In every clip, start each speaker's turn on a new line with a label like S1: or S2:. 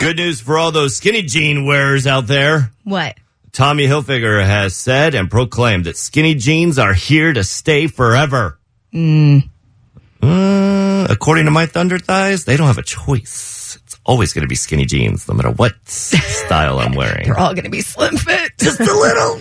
S1: Good news for all those skinny jean wearers out there.
S2: What?
S1: Tommy Hilfiger has said and proclaimed that skinny jeans are here to stay forever.
S2: Hmm.
S1: Uh, according to my thunder thighs, they don't have a choice. It's always going to be skinny jeans, no matter what style I'm wearing.
S2: They're all going to be slim fit.
S1: Just a little.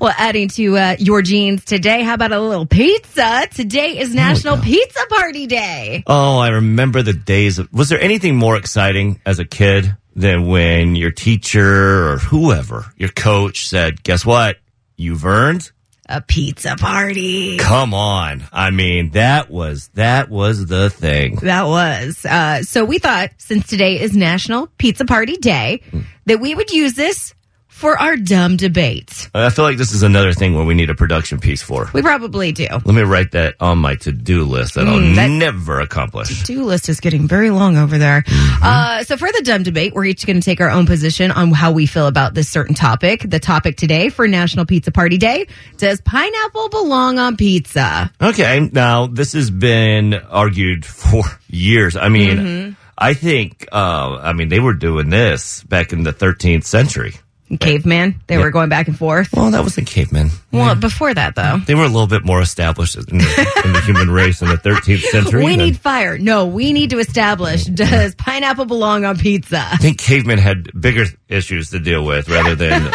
S2: well, adding to uh, your jeans today, how about a little pizza? Today is National Pizza Party Day.
S1: Oh, I remember the days of. Was there anything more exciting as a kid than when your teacher or whoever, your coach said, guess what? You've earned
S2: A pizza party.
S1: Come on. I mean, that was that was the thing.
S2: That was. Uh, so we thought since today is National Pizza Party Day, that we would use this for our dumb debates.
S1: I feel like this is another thing where we need a production piece for.
S2: We probably do.
S1: Let me write that on my to-do list that I'll
S2: Hmm, that-
S1: never accomplish.
S2: To-do list is getting very long over there. Uh, so for the dumb debate, we're each going to take our own position on how we feel about this certain topic. The topic today for National Pizza Party Day: Does pineapple belong on pizza?
S1: Okay, now this has been argued for years. I mean,
S2: Mm-hmm.
S1: I think uh, I mean they were doing this back in the 13th century.
S2: Caveman. They were going back and forth.
S1: Well, that was the cavemen.
S2: Well, before that though.
S1: They were a little bit more established in the, in the human race in the 13th century.
S2: We
S1: than-
S2: need fire. No, we need to establish does pineapple belong on pizza?
S1: I think cavemen had bigger issues to deal with rather than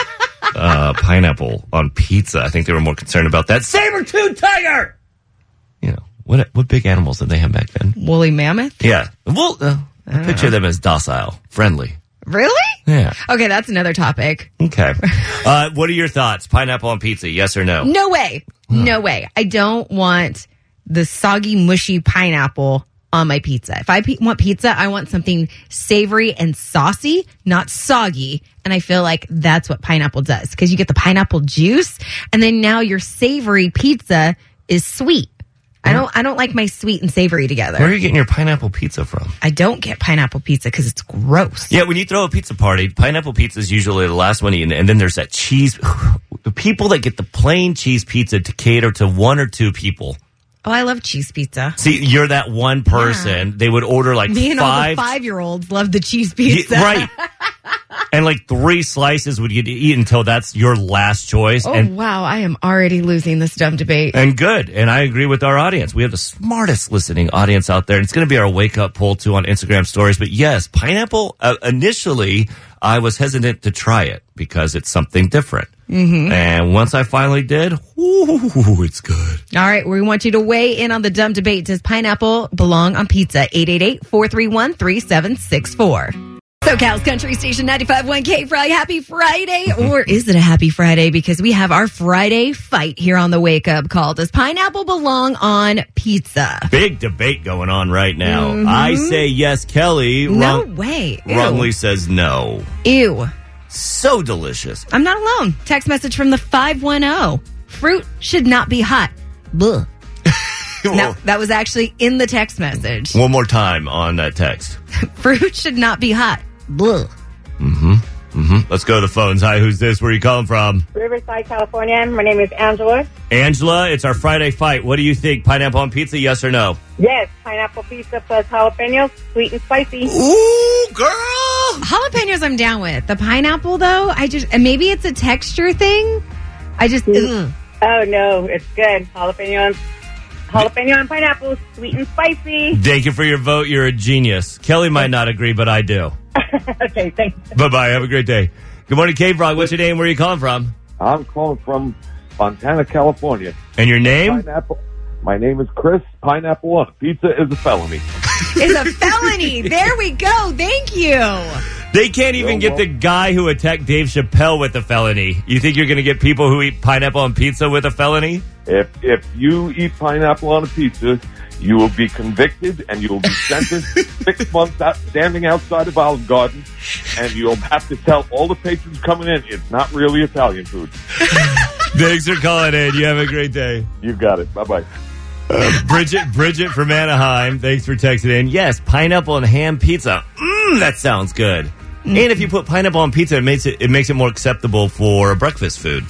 S1: uh, pineapple on pizza. I think they were more concerned about that saber tooth tiger. You know what? What big animals did they have back then?
S2: Woolly mammoth?
S1: Yeah, well, uh, I picture them as docile, friendly.
S2: Really?
S1: Yeah.
S2: Okay, that's another topic.
S1: Okay. Uh, what are your thoughts? Pineapple on pizza? Yes or no?
S2: No way. No way. I don't want the soggy, mushy pineapple on my pizza. If I pe- want pizza, I want something savory and saucy, not soggy. And I feel like that's what pineapple does because you get the pineapple juice and then now your savory pizza is sweet. I don't I don't like my sweet and savory
S1: Where
S2: together.
S1: are you getting your pineapple pizza from?
S2: I don't get pineapple pizza because it's gross.
S1: Yeah, when you throw a pizza party, pineapple pizza is usually the last one eaten, and then there's that cheese. The people that get the plain cheese pizza to cater to one or two people.
S2: Oh, I love cheese pizza.
S1: See, you're that one person. They would order like
S2: Me and all the
S1: five,
S2: five year olds love the cheese
S1: Yeah,
S2: pizza.
S1: right? and like three slices would you eat until that's your last choice.
S2: Oh
S1: and
S2: wow, I am already losing this dumb debate.
S1: and good. And I agree with our audience. We have the smartest listening audience out there. And it's going to be our wake up poll too on Instagram stories. But yes, pineapple. Uh, initially, I was hesitant to try it because it's something different. Mm-hmm. And once I finally did, ooh, it's good.
S2: All right, we want you to weigh in on the dumb debate. Does pineapple belong on pizza? 888-431-3764. SoCal's Country Station 95.1K Fry. Happy Friday. or is it a happy Friday? Because we have our Friday fight here on the wake up call. Does pineapple belong on pizza?
S1: Big debate going on right now. I say yes, Kelly.
S2: Mm-hmm. No
S1: Wrong-
S2: way. Ew.
S1: wrongly says no.
S2: Ew.
S1: So delicious.
S2: I'm not alone. Text message from the 510. Fruit should not be hot. Bleh.
S1: Oh.
S2: No, that was actually in the text message.
S1: One more time on that text.
S2: Fruit should not be hot. Bleh.
S1: Hmm? Let's go to the phones. Hi, who's this? Where are you calling from?
S3: Riverside, California. My name is Angela.
S1: Angela, it's our Friday fight. What do you think? Pineapple on pizza, yes or no?
S3: Yes, pineapple pizza plus jalapenos, sweet and spicy.
S1: Ooh, girl!
S2: Jalapenos, I'm down with. The pineapple, though, I just, and maybe it's a texture thing. I just, ugh.
S3: Oh no, it's good. Jalapeno, and- jalapeno and pineapple, sweet and spicy.
S1: Thank you for your vote. You're a genius. Kelly might not agree, but I do.
S3: okay, thanks.
S1: Bye bye. Have a great day. Good morning, Cave Frog. What's your name? Where are you calling from?
S4: I'm calling from Fontana, California.
S1: And your name?
S4: Pineapple. My name is Chris Pineapple on Pizza is a felony.
S2: It's a felony. There we go. Thank you.
S1: They can't even
S4: Yo,
S1: get the guy who attacked Dave Chappelle with a felony. You think you're going to get people who eat pineapple on pizza with a felony?
S4: If if you eat pineapple on a pizza, you will be convicted and you will be sentenced six months out, standing outside of Olive Garden, and you'll have to tell all the patrons coming in it's not really Italian food.
S1: Thanks for calling in. You have a great day.
S4: You got it. Bye bye.
S1: Bridget, Bridget from Anaheim. Thanks for texting in. Yes, pineapple and ham pizza. Mmm, that sounds good. And if you put pineapple on pizza, it makes it it makes it more acceptable for breakfast food.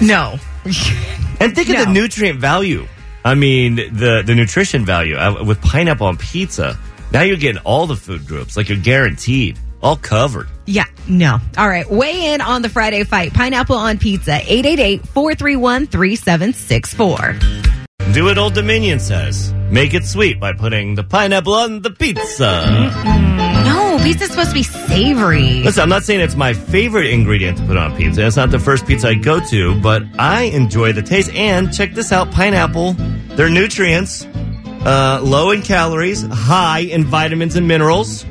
S2: No.
S1: And think of the
S2: No.
S1: nutrient value. I mean, the the nutrition value uh, with pineapple on pizza. Now you're getting all the food groups, like you're guaranteed, all covered.
S2: Yeah, no. All right. Weigh in on the Friday fight. Pineapple on pizza. 888-431-3764.
S1: Do what Old Dominion says. Make it sweet by putting the pineapple on the pizza.
S2: No, pizza's supposed to be savory.
S1: Mm-hmm. Listen, I'm not saying it's my favorite ingredient to put on pizza. It's not the first pizza I go to, but I enjoy the taste. And check this out pineapple, their nutrients, uh, low in calories, high in vitamins and minerals.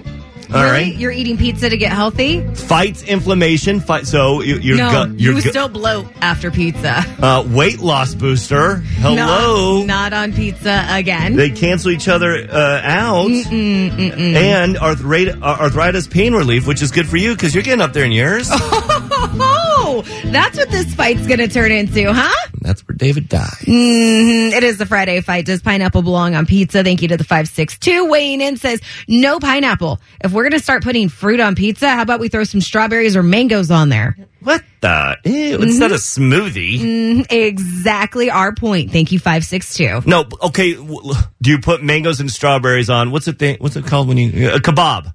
S1: All
S2: Really?
S1: right.
S2: You're eating pizza to get healthy?
S1: fights inflammation. Fight so you, your
S2: no,
S1: gut, your
S2: you
S1: gut-
S2: still bloat after pizza.
S1: uh, weight loss booster. Hello,
S2: Not, not on pizza again.
S1: they cancel each other uh, out, and arthritis, arthritis pain relief, which is good for you because you're getting up there in years.
S2: oh, that's what this fight's going to turn into, huh?
S1: That's where David died.
S2: Mm, It is the Friday fight. Does pineapple belong on pizza? Thank you to the 562. Weighing in says, no pineapple. If we're going to start putting fruit on pizza, how about we throw some strawberries or mangoes on there?
S1: What the? Ew, It's not a
S2: Mm-hmm.
S1: smoothie.
S2: Mm. Exactly our point. Thank you, 562.
S1: No, b- okay. w- l- Do you put mangoes and strawberries on? What's it thing? What's it called when you uh, a kebab?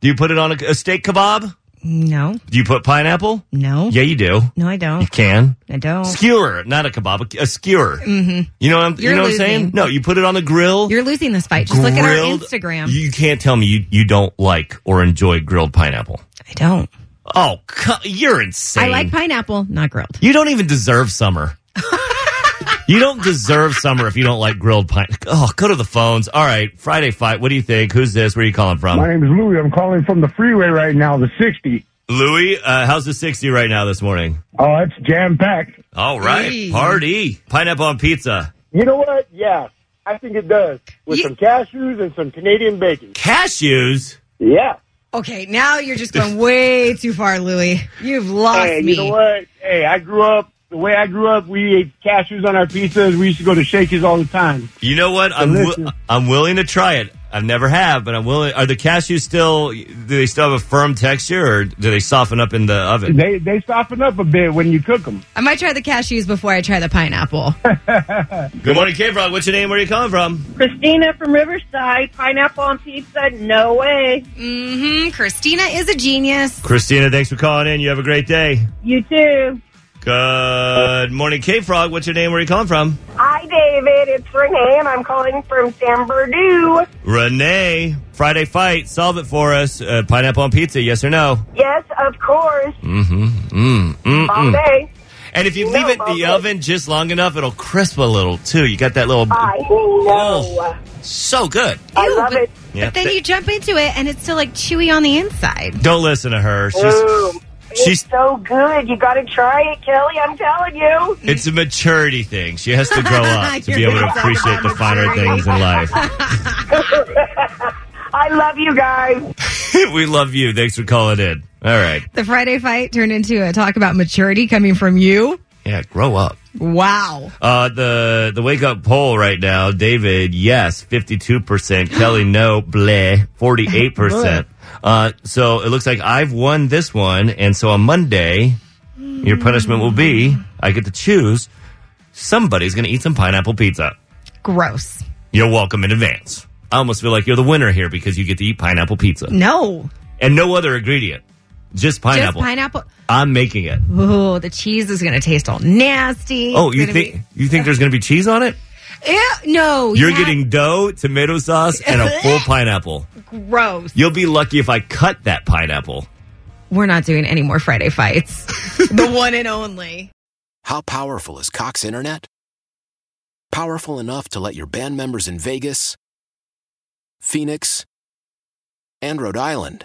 S1: Do you put it on a, a steak kebab?
S2: No,
S1: Do you put pineapple?
S2: no.
S1: Yeah, you do.
S2: No, I
S1: You
S2: don't.
S1: can.
S2: I don't.
S1: skewer, not a kebab, a skewer. Mm-hmm. You know what I'm, you
S2: You're
S1: know what I'm
S2: losing.
S1: saying? No, you put it on the grill.
S2: You're losing this fight. Just look at our
S1: grilled-
S2: Instagram.
S1: You can't tell me you, you don't like or enjoy grilled pineapple.
S2: I don't.
S1: Oh, co- you're insane.
S2: I like pineapple, not grilled.
S1: You don't even deserve summer. you don't deserve summer if you don't like grilled pine. Oh, go to the phones. All right, Friday fight. What do you think? Who's this? Where are you calling from?
S5: My name is Louie. I'm calling from the freeway right now, the 60.
S1: Louis, uh, how's the 60 right now this morning?
S5: Oh, it's jam packed.
S1: All right,
S2: Hey.
S1: party. Pineapple on pizza.
S5: You know what? Yeah, I think it does. With
S2: Ye-
S5: some cashews and some Canadian bacon.
S1: Cashews?
S5: Yeah.
S2: Okay, now you're just going way too far, Louie. You've lost
S5: Hey,
S2: me.
S5: you know what? Hey, I grew up, the way I grew up, we ate cashews on our pizzas. We used to go to Shakey's all the time.
S1: You know what? I'm wi-
S5: Delicious.
S1: I'm willing to try it. I never have, but I'm willing. Are the cashews still? Do they still have a firm texture, or do they soften up in the oven?
S5: They they soften up a bit when you cook them.
S2: I might try the cashews before I try the pineapple.
S1: Good morning, K Frog. What's your name? Where are you calling from?
S3: Christina from Riverside, pineapple on pizza? No way.
S2: Mm-hmm. Christina is a genius.
S1: Christina, thanks for calling in. You have a great day.
S3: You too.
S1: Good morning, K Frog. What's your name? Where are you calling from?
S6: Hi, David. It's Renee, and I'm calling from San Berdoo.
S1: Renee. Friday fight. Solve it for us. Uh, pineapple on pizza. Yes or no?
S6: Yes, of course.
S1: Mm-hmm. Mm-mm.
S6: Bombay.
S1: And if you
S6: No,
S1: leave it in the
S6: Bombay.
S1: oven just long enough, it'll crisp a little too. You got that little.
S6: I know.
S1: Oh, so good.
S6: I
S2: Ew,
S6: love
S2: but-
S6: it.
S1: Yeah.
S2: But then you jump into it and it's still like chewy on the inside.
S1: Don't listen to her. She's
S6: Boom.
S1: she's-
S6: It's so good. You got to try it, Kelly. I'm telling you.
S1: it's a maturity thing. She has to grow up to be
S2: You're
S1: able to
S2: right.
S1: appreciate the finer things in life.
S6: I love you guys.
S1: we love you. Thanks for calling in. All right.
S2: The Friday fight turned into a talk about maturity coming from you.
S1: Yeah, grow up.
S2: Wow.
S1: Uh, the the wake up poll right now, David, yes, fifty two percent. Kelly, no, bleh, forty eight percent. Uh, so it looks like I've won this one, and so on Monday, your punishment will be I get to choose. Somebody's going to eat some pineapple pizza.
S2: Gross.
S1: You're welcome in advance. I almost feel like you're the winner here because you get to eat pineapple pizza
S2: No.
S1: and no other ingredient, just pineapple.
S2: Just pineapple.
S1: I'm making it.
S2: Oh, the cheese is going to taste all nasty.
S1: Oh,
S2: It's
S1: you
S2: gonna be-
S1: think you think there's going to be cheese on it?
S2: Ew, no,
S1: You're
S2: yeah,
S1: getting dough, tomato sauce, and a full pineapple.
S2: gross.
S1: You'll be lucky if I cut that pineapple.
S2: We're not doing any more Friday fights. the one and only.
S7: How powerful is Cox Internet? Powerful enough to let your band members in Vegas, Phoenix, and Rhode Island